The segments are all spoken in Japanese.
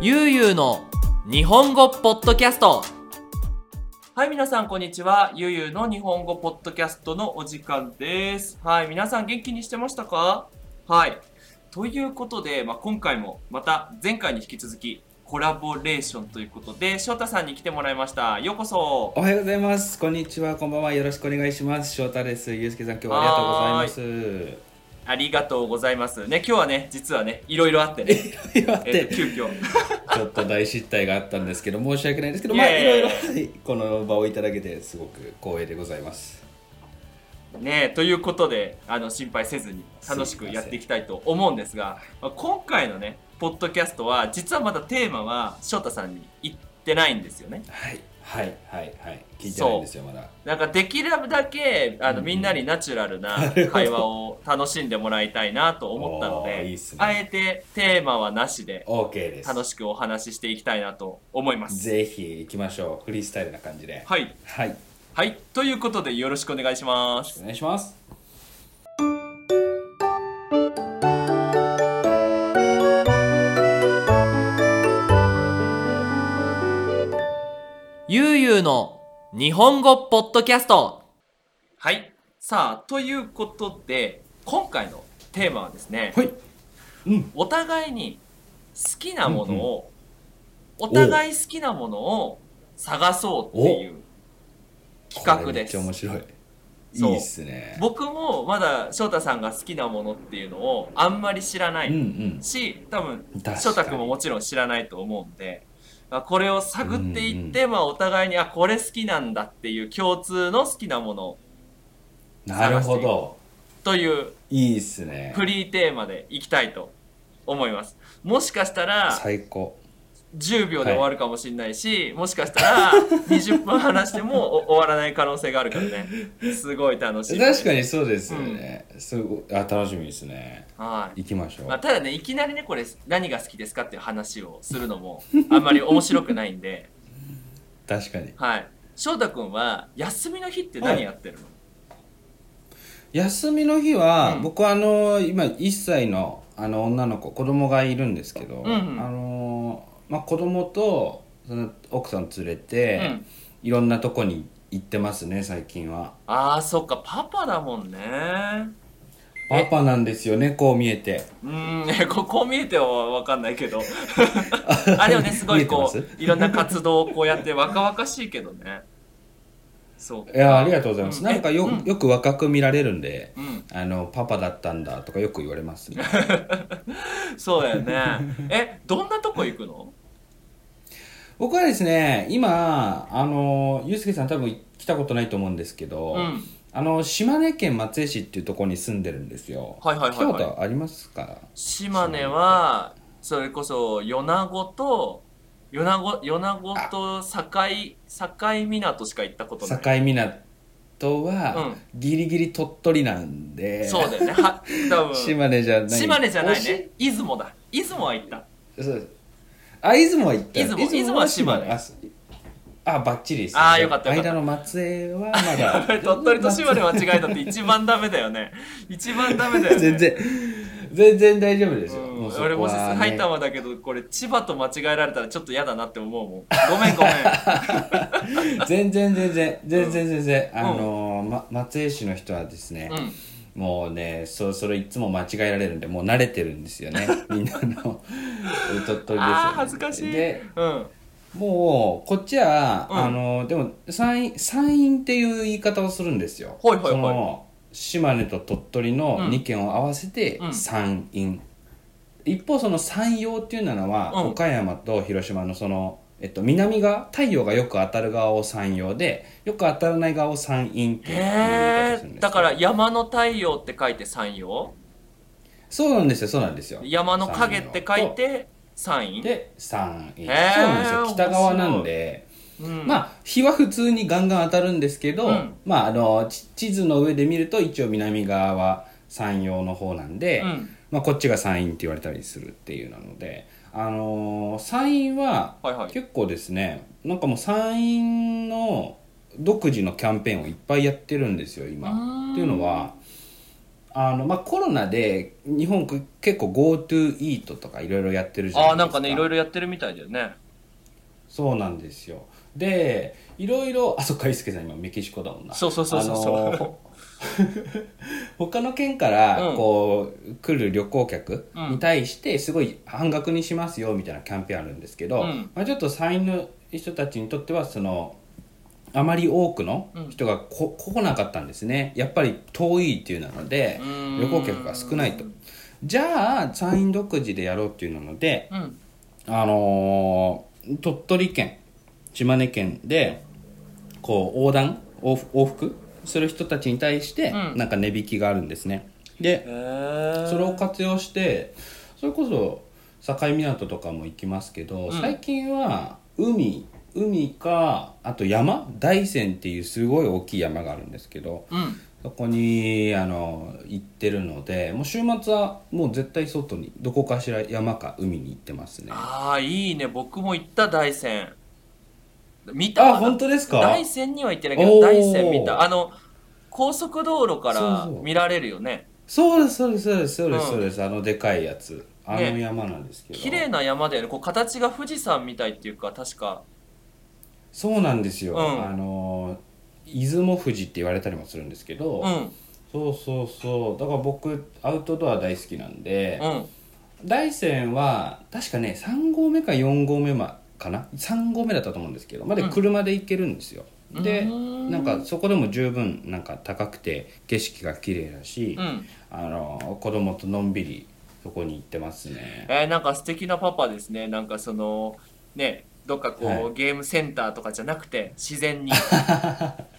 ゆうゆうの日本語ポッドキャストはい、皆さん、こんにちは。ゆうゆうの日本語ポッドキャストのお時間です。はい、皆さん、元気にしてましたかはい。ということで、まあ、今回もまた前回に引き続きコラボレーションということで、翔太さんに来てもらいました。ようこそ。おはようございます。こんにちは。こんばんは。よろしくお願いします。翔太です。ゆうすけさん、今日はありがとうございありがとうございます。ね、今日はね、実はね、いろいろあって ね、ます。いや待っえっと、て、急遽。ちょっと大失態があったんですけど、申し訳ないですけど、いまあ、やいいやろいいやろ、はいこの場をいただけて、すごく光栄でございます。ねえということであの心配せずに楽しくやっていきたいと思うんですがまあ今回のねポッドキャストは実はまだテーマは翔太さんに言ってないんですよねはい、はい、はい、はい。聞いてないんですよ、まだ。なんかできるだけあの、うんみんなにナチュラルななるほど会話を楽しんでもらいたいなと思ったのおーでいいっすねあえてテーマはなしで OK です。楽しくお話ししていきたいなと思いますぜひ行きましょう。フリースタイルな感じで。はいはい。はいということでよろしくお願いしますお願いします。ゆうゆうの日本語ポッドキャストはい。さあ、ということで、今回のテーマはですね、はい。うん。お互いに好きなものを、んお互い好きなものを探そうっていう企画でこれめっす。ちゃ面白い。そういいっすね。僕もまだ翔太さんが好きなものっていうのをあんまり知らなうんういん。し、多分確かに翔太君ももちろん知らないと思うんで、まあ、これを探っていって、まあ、お互いにあこれ好きなんだっていう共通の好きなものなるほど。といういいっすね。フリーテーマでいきたいと思いますもしかしたら最高。 10秒で終わるかもしれないし、もしかしたら20分話してもお終わらない可能性があるからねすごい楽しい確かにそうですよね、すごいあ楽しみですねはい行きましょう、まあ、ただねいきなりねこれ何が好きですかっていう話をするのもあんまり面白くないんで確かにはい翔太君は休みの日って何やってるの、休みの日は、うん僕はあの今1歳のあの女の子子供がいるんですけど、うんうんあのまあ、子供とその奥さん連れて、うんいろんなとこに行ってますね最近はああそっかパパだもんねパパなんですよねこう見えてうーん、こ こ見えてはわかんないけ ど。あ、でもね、すごいこ見えてまう、いろんな活動をこうやって若々しいけどね。そう。いやありがとうございます、うんなんかよ,、うんよく若く見られるんでうん、あのパパだったんだとかよく言われますねそうだよね。え、どんなとこ行くの僕はですね今あのユうスケさん多分来たことないと思うんですけど、うん。あの島根県松江市っていうところに住んでるんですよ。はいはいはいはい来たことありますか。島根は、それこそ、米子と、米子、米子と境、境港しか行ったことな境い。港は、ギリギリ鳥取なんで。そうだよね。は、多分。島根じゃない。島根じゃな惜いしね。出雲だ。出雲は行った。そうですあ、出雲は行ったよ。出雲出雲は島根あ、すあバッチリです、あーよかったよかった間の松江はまやだ。ばい 鳥取と島根間違えたって一番ダメだよね一番ダメだよね全然。全然大丈夫ですうよ。んもうそこは俺もしね埼玉だけどこれ千葉と間違えられたらちょっと嫌だなって思うもんごめんごめん 全然全然全然全然、あのーま、松江市の人はですね、うんもうねそそれいつも間違えられるんでもう慣れてるんです よねみんなの鳥取ですよ、ね、あー恥ずかしいでうんもうこっちは、うんあのーでも山陰山陰っていう言い方をするんですよほいほいほいその島根と鳥取のうん2県を合わせてうん山陰、一方その山陽っていうのは、うん岡山と広島のその、えっと、南側太陽がよく当たる側を山陽でよく当たらない側を山陰っていう言い方へするんですえよだから山の太陽って書いて山陽そうなんですよそうなんですよ山の影って書いて山陰で山陰、へーそうなんですよ北側なんで、うんまあ日は普通にガンガン当たるんですけど、うんまああのち地図の上で見ると一応南側は山陽の方なんで、うんまあ、こっちが山陰って言われたりするっていうなので、あのー山陰ははいはい結構ですねなんかもう山陰の独自のキャンペーンをいっぱいやってるんですよ今。うーんっていうのはあのまあ、コロナで日本く結構 GoTo イートとかいろいろやってるじゃないであすかあ、なんかね、いろいろやってるみたいだよね。そうなんですよでいろいろあそっか伊助さん今メキシコだもんなそうそうそうそうそうあのほ 他の県からうんこう、来る旅行客うんに対してすごい半額にしますよみたいなキャンペーンあるんですけど、うんまあ、ちょっと山陰の人たちにとってはそのあまり多くの人がこ来なかったんですねやっぱり遠いっていうなのでうーん旅行客が少ないとじゃあ山陰独自でやろうっていうのでうん。あのー鳥取県島根県でこう横断往復往復する人たちに対してうんなんか値引きがあるんですね、へでえ。それを活用してそれこそ境港とかも行きますけど、ん最近は海海かあと山大山っていうすごい大きい山があるんですけどうん。そこにあの行ってるのでもう週末はもう絶対外にどこかしら山か海に行ってますねああ、いいね。僕も行った大山。見たあ本当ですか大山には行ってないけど、おー大山見た。あの、高速道路かそうらそう見られるよね。そうですそうですそうですそうでうんすそうです、あのでかいやつあの山なんですけど、綺麗な山だよね。こう形が富士山みたいっていうか、確か。そうなんですよ、うんあの出雲富士って言われたりもするんですけど、うん。そうそうそうだから僕アウトドア大好きなんで、うん。大山は確かね3合目か4合目まかな3合目だったと思うんですけどまでうん車で行けるんですよ、でうんなんかそこでも十分なんか高くて景色が綺麗だし、うん。あの子供とのんびりそこに行ってますねえーなんか素敵なパパですね。なんかその、ね、どっかこう、はいゲームセンターとかじゃなくて、自然 に。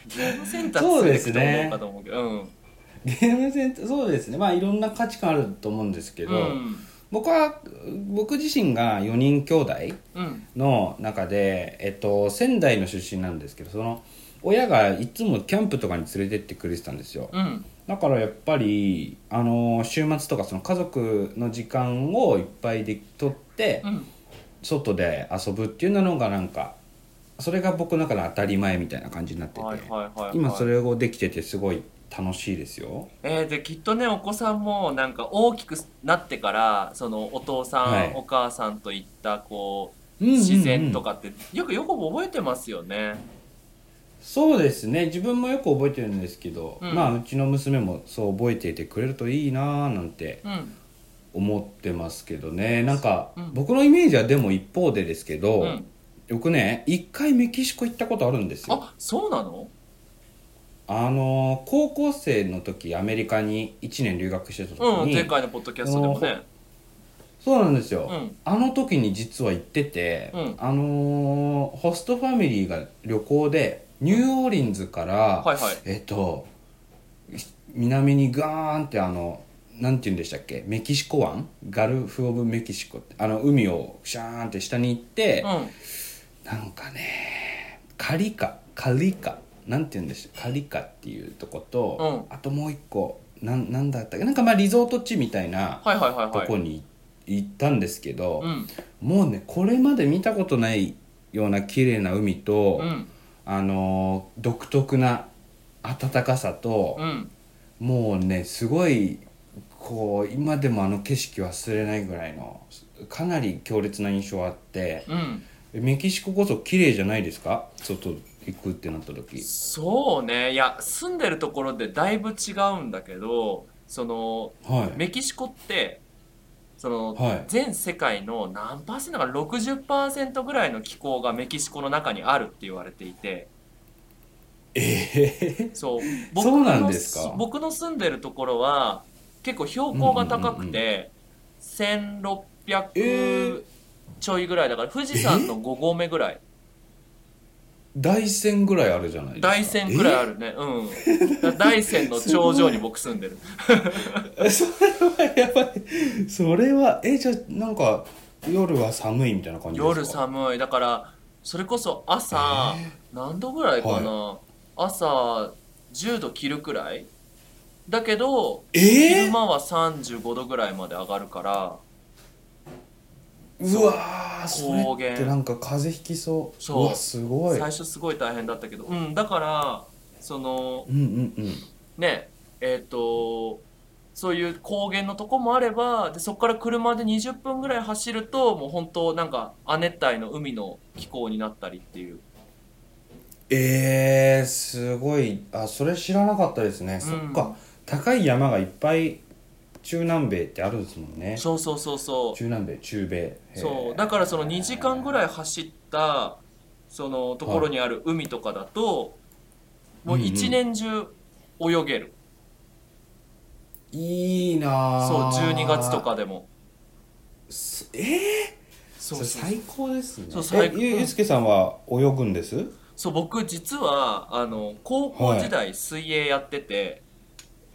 ゲームセンターそ連うでれてすくと思うねかと思うけど。うん。ゲームセンターそうですねまあいろんな価値観あると思うんですけど、うん。僕は僕自身が4人兄弟うん。の中で、えっと、仙台の出身なんですけどその親がいつもキャンプとかに連れてってくれてたんですようん。だからやっぱりあの週末とかその家族の時間をいっぱいで取ってうん。外で遊ぶっていうのがなんかそれが僕の中の当たり前みたいな感じになってて、はいはいはい、はい。今それをできててすごい楽しいですよえーできっとねお子さんもなんか大きくなってからそのお父さん、はいお母さんといったこう自自然とかってよくよく覚えてますよね。そうですね自分もよく覚えてるんですけど、うんまあうちの娘もそう覚えていてくれるといいなーなんてうん思ってますけどねなんか、うん僕のイメージはでも一方でですけど、うん、僕ね一回メキシコ行ったことあるんですよあそうなのあのー高校生の時アメリカに1年留学してた時うんに、前回のポッドキャストでもね。そうなんですよ、うんあの時に実は行ってて、うんあのーホストファミリーが旅行でニューオーリンズから、はいはい。えっと南にガーンってあのなんて言うんでしたっけメキシコ湾ガルフ・オブ・メキシコってあの海をシャーンって下に行って、うなんかねカリカカリカなんて言うんでしたカリカっていうとこと、あともう一個なんなんだったっけなんかまあリゾート地みたいなんはいはいはいとはい。こに行ったんですけど、うんもうねこれまで見たことないような綺麗な海と、うんあのー独特な暖かさと、うん。もうねすごいこう今でもあの景色忘れないぐらいのかなり強烈な印象あってうんメキシコこそ綺麗じゃないですか外行くってなった時そうねいや住んでるところでだいぶ違うんだけどそのはいメキシコってその、はい全世界の何パーセントか60%ぐらいの気候がメキシコの中にあるって言われていてえそうそうなんですか僕の住んでるところは結構標高が高くて、え1600ーちょいぐらいだから富士山の5合目ぐらい大山ぐらいあるじゃないですか大山ぐらいあるねうんだから大山の頂上に僕住んでるえ それはやばいそれはえじゃあなんか夜は寒いみたいな感じですか夜寒いだからそれこそ朝、何度ぐらいかな、朝10度切るくらいだけどえ昼ー、間は35度ぐらいまで上がるからうわーそ高れ原ってなんか風邪ひきそうそうわすごい最初すごい大変だったけどうんだからそのうんうんうんねえっ、とそういう高原のとこもあればでそこから車で20分ぐらい走るともう本当なんか亜熱帯の海の気候になったりっていうえー、すごいあそれ知らなかったですね、そっか高い山がいっぱい中南米ってあるんですもんねそうそうそうそう中南米中米へーそうだからその2時間ぐらい走ったそのところにある海とかだと、もう一年中泳げる、いいなそうあ12月とかでもすえー、そそうれそう最高ですねそう最高えゆゆうすけさんは泳ぐんですそう僕実はあの高校時代水泳やってて、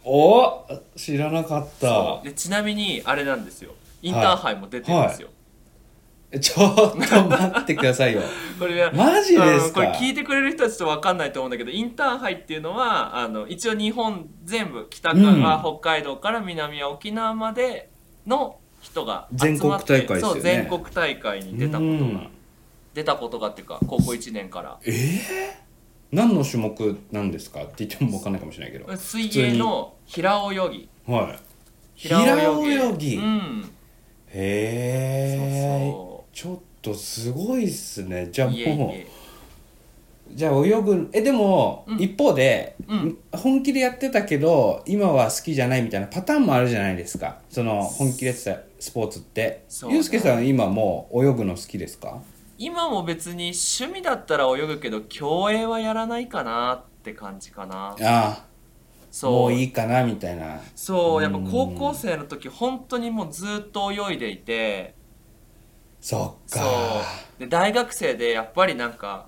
お知らなかったそうでちなみにあれなんですよインターハイも出てるんですよ、えちょっと待ってくださいよこれはマジですかうんこれ聞いてくれる人たちと分かんないと思うんだけどインターハイっていうのはあの一応日本全部北から、う北海道から南は沖縄までの人が集まって全国大会ですよねそう全国大会に出たこうとがん出たことがっていうか高校1年からえー、何の種目なんですかって言っても分かんないかもしれないけど水泳の平泳ぎはい平泳ぎ平泳ぎうんそうへえそちょっとすごいっすねじゃあうもういえいえじゃあ泳ぐえでも、うん一方で、うん本気でやってたけど今は好きじゃないみたいなパターンもあるじゃないですかその本気でやってたスポーツってそうねゆうすけさんは今もう泳ぐの好きですか今も別に趣味だったら泳ぐけど競泳はやらないかなって感じかなああそうもういいかなみたいなそううんやっぱ高校生の時本当にもうずっと泳いでいてそっそかうで大学生でやっぱりなんか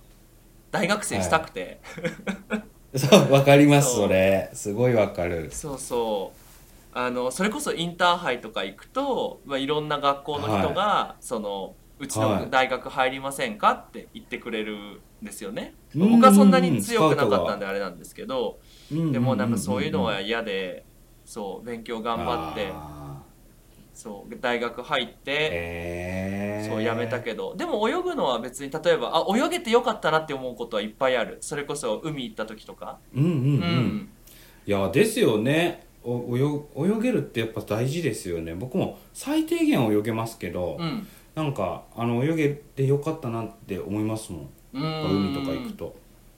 大学生したく て、そうわかりますそうそれすごいわかるそうそうあのそれこそインターハイとか行くと、まあ、いろんな学校の人が、そのうちはのい大学入りませんかって言ってくれるんですよね、うんうんうん僕はそんなに強くなかったんであれなんですけど、ででもなんかそういうのは嫌でそう勉強頑張ってそう大学入って、ええそうやめたけどでも泳ぐのは別に例えばあ泳げてよかったなって思うことはいっぱいあるそれこそ海行った時とかうんうんう、うんいやですよねお泳泳げるってやっぱ大事ですよね僕も最低限泳げますけど、うんなんかあの泳げてよかったなって思いますもんうん海とか行くと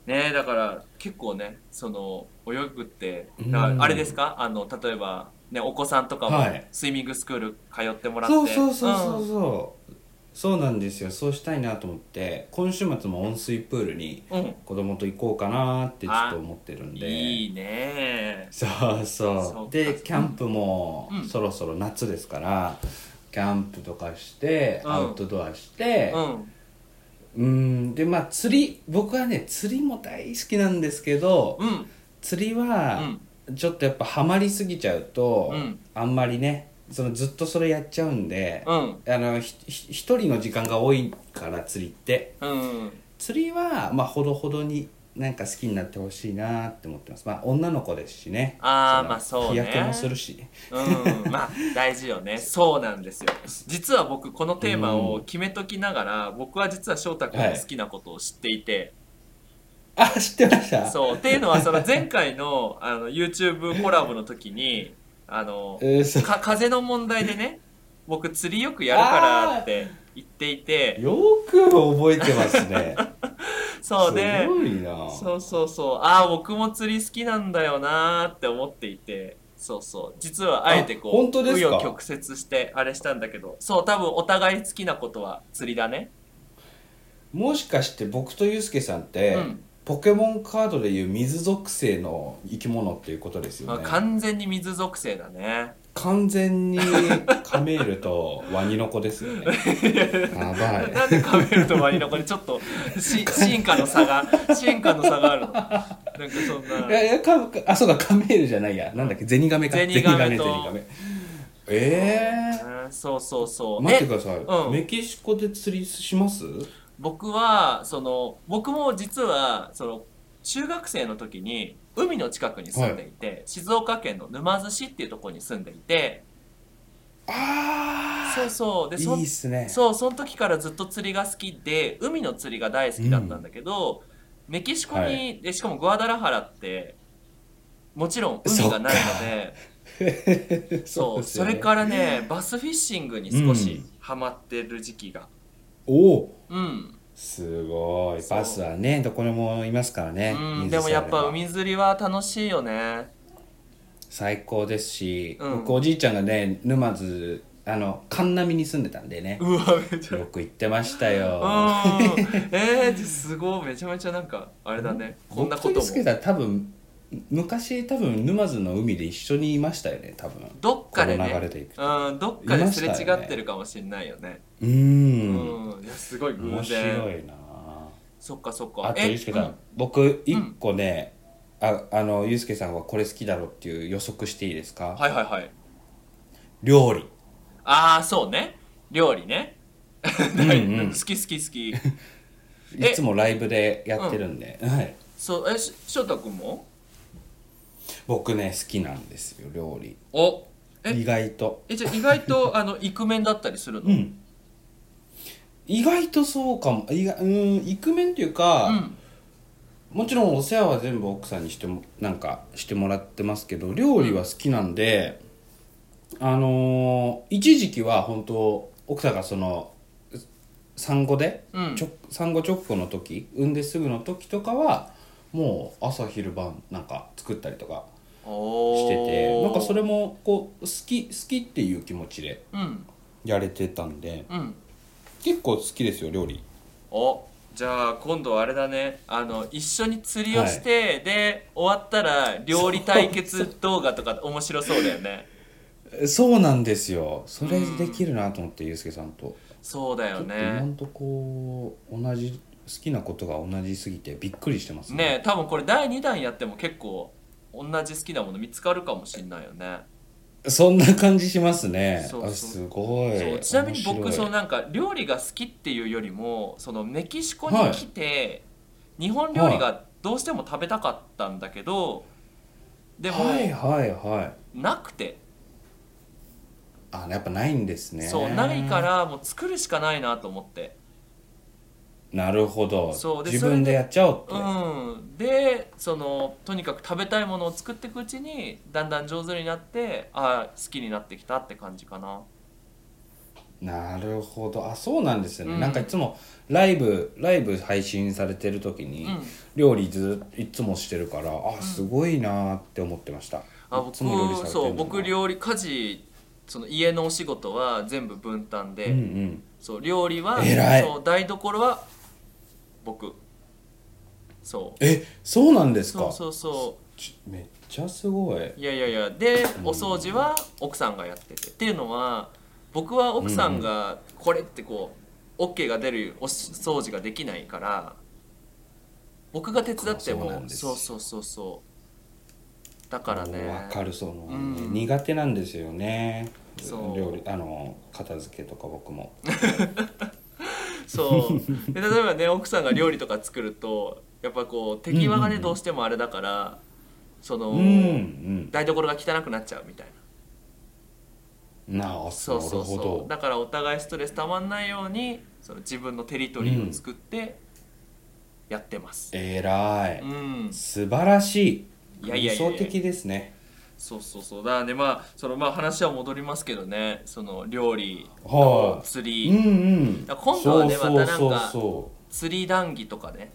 ねだから結構ねその泳ぐってうんだからあれですかあの例えば、ね、お子さんとかはもいスイミングスクール通ってもらってそうそうそうそううんそう、そうなんですよそうしたいなと思って今週末も温水プールにうん子供と行こうかなってちょっと思ってるんでいいねそうそうそうかでキャンプもうんそろそろ夏ですから、キャンプとかして、うんアウトドアして、うんうんでまあ釣り僕はね釣りも大好きなんですけど、うん釣りうはんちょっとやっぱハマりすぎちゃうと、うんあんまりねそのずっとそれやっちゃうんで、うんあのひひ一人の時間が多いから釣りってうん釣りはまあほどほどになんか好きになってほしいなって思ってますまあ女の子ですしねあーのまあそうね日焼けもするしうん、まあ大事よねそうなんですよ実は僕このテーマを決めときながら、僕は実は翔太君の好きなことを知っていて、あ知ってましたそうっていうのはその前回のあの YouTube コラボの時にあのえーそうか風の問題でね僕釣りよくやるからって言っていてよく覚えてますね そうですごいなそうそうそうああ僕も釣り好きなんだよなーって思っていてそうそう実はあえてこあう本当ですか紆余曲折してあれしたんだけどそう多分お互い好きなことは釣りだねもしかして僕とユうスケさんって、うんポケモンカードでいう水属性の生き物っていうことですよまあ、ね、完全に水属性だね 完全にカメールとワニの子ですよ ねやばいなんでカメルとワニの子にちょっと し進化の差が進化の差があるのなんかそんいやないやかあそうかカメールじゃないやなんだっけゼニガメかゼニガメゼニとゼニガメええうんそうそうそう待ってえください、うんメキシコで釣りします僕はその僕も実はその中学生の時に海の近くに住んでいて、静岡県の沼津市っていうところに住んでいてあそうそうあでそいいっすねそうその時からずっと釣りが好きで海の釣りが大好きだったんだけど、メキシコに、は でしかもグアダラハラってもちろん海がないのでそうですそよねれからねバスフィッシングに少うしんハマってる時期がおおうん、すごいそうバスはねどこにもいますからね、うん、水でもやっぱさえあれば海釣りは楽しいよね最高ですし、うん僕おじいちゃんがね沼津あの神波に住んでたんでねうわめちゃよく行ってましたうよん えー、すごいめちゃめちゃなんかあれだねこんなこと僕とですけもど多分昔多分沼津の海で一緒にいましたよね多分どっかでこの流れねでいくうんどっかですれいましたよ違ねってるかもしれないよねううんんいやすごい偶面然白いなそっかそっかあとえゆうすけさん、うん僕一個ね、ああのゆうすけさんはこれ好きだろうっていう予測していいですか、はいはいはい料理ああそうね料理ね ん好き好き好きえいつもライブでやってるんで、はいそうえし翔太君も僕ね好きなんですよ料理おえ意外とえじゃあ意外とあのイクメンだったりするの、うん意外とそうかも意外うんイクメンというか、うんもちろんお世話は全部奥さんにしてもなんかしてもらってますけど料理は好きなんで、あのー一時期は本当奥さんがその産後で、うんちょ産後直後の時産んですぐの時とかはもう朝昼晩なんか作ったりとかおしててーなんかそれもこう好き好きっていう気持ちでうんやれてたんでうん結構好きですよ料理おじゃあ今度あれだねあの一緒に釣りをして、で終わったら料理対決動画とか 面白そうだよねそうなんですよそれできるなと思ってゆうすけさんと。そうだよちょっと今ねんとこ同じ好きなことが同じすぎてびっくりしてますね多分これ第2弾やっても結構同じ好きなもの見つかるかもしれないよねそんな感じしますねそうそうあすごいそうちなみに僕面そ白のいなんか料理が好きっていうよりもそのメキシコに来て、日本料理がどうしても食べたかったんだけど、でも、はいはいはいなくて、あやっぱないんですねそうないからもう作るしかないなと思ってなるほどそうで自それ分ででやっちゃおうって、うんでそのとにかく食べたいものを作っていくうちにだんだん上手になってあー好きになってきたって感じかななるほどあそうなんですよね、うんなんかいつもライブライブ配信されてる時うにん料理ずっいつもしてるからあすごいなーって思ってました、あいつも料理僕されてそるうのが僕料理家事その家のお仕事は全部分担で、うんうんそう料理は偉いそう台所は僕そうえそうなんですかそうそうそちめっちゃすごいういやいやいやでうんお掃除は奥さんがやっててっていうのは僕は奥さんがこれってこう OK が出るおし掃除ができないから僕が手伝ってそうなもんですそうそうそうそうだからねわかるその、うん苦手なんですよねそう料理あの片付けとか僕もそうで例えばね奥さんが料理とか作るとやっぱこう手際がねどうしてもあれだからその、うんうん台所が汚くなっちゃうみたいななあそうそうなるそほうどだからお互いストレスたまんないようにその自分のテリトリーを作ってやってますえらい、うん、素晴らしいいやいやいやいや理想的ですねそうそうそうだからねまあそのまあ話は戻りますけどねその料理はあ釣うんりうんだから今度はねそうそうまたなんかそうそ釣り談義とかね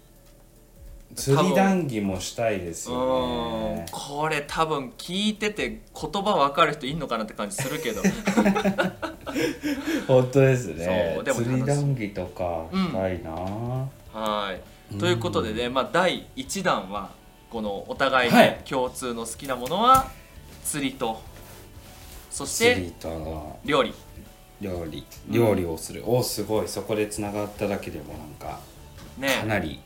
う釣り談義もしたいですうんよねこれ多分聞いてて言葉わかる人いんのかなって感じするけど本当ですねそうでも楽しい釣り談義とかしたいな、はいうんということでね、まあ、第1弾はこのお互いはのい共通の好きなものは釣りとそし釣りてと料理料理うん料理をする、おすごいそこでつながっただけでもなんかかねなり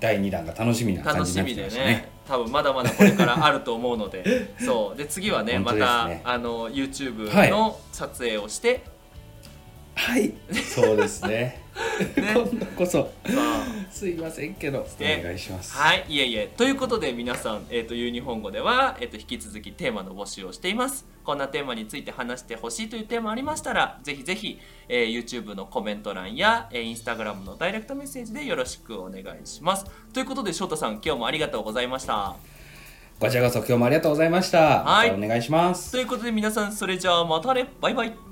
第2弾が楽しみな感楽じしになみってきでまねしたね。多分まだまだこれからあると思うの でそうで次はねま本当ですたねあの YouTube はいの撮影を して、はい、そうですね。 ね今度こそそうすいませんけど、ねお願いします。はい、いえいえ。ということで皆さん、えー、とユニ本語では、えー、と引き続きテーマの募集をしています。こんなテーマについて話してほしいというテーマありましたら、ぜひぜひ、えー YouTube のコメント欄や、えー Instagram のダイレクトメッセージでよろしくお願いします。ということで、翔太さん、今日もありがとうございました。ごちゃごちゃ今日もありがとうございました。はいまたお願いします。ということで皆さんそれじゃあまたねバイバイ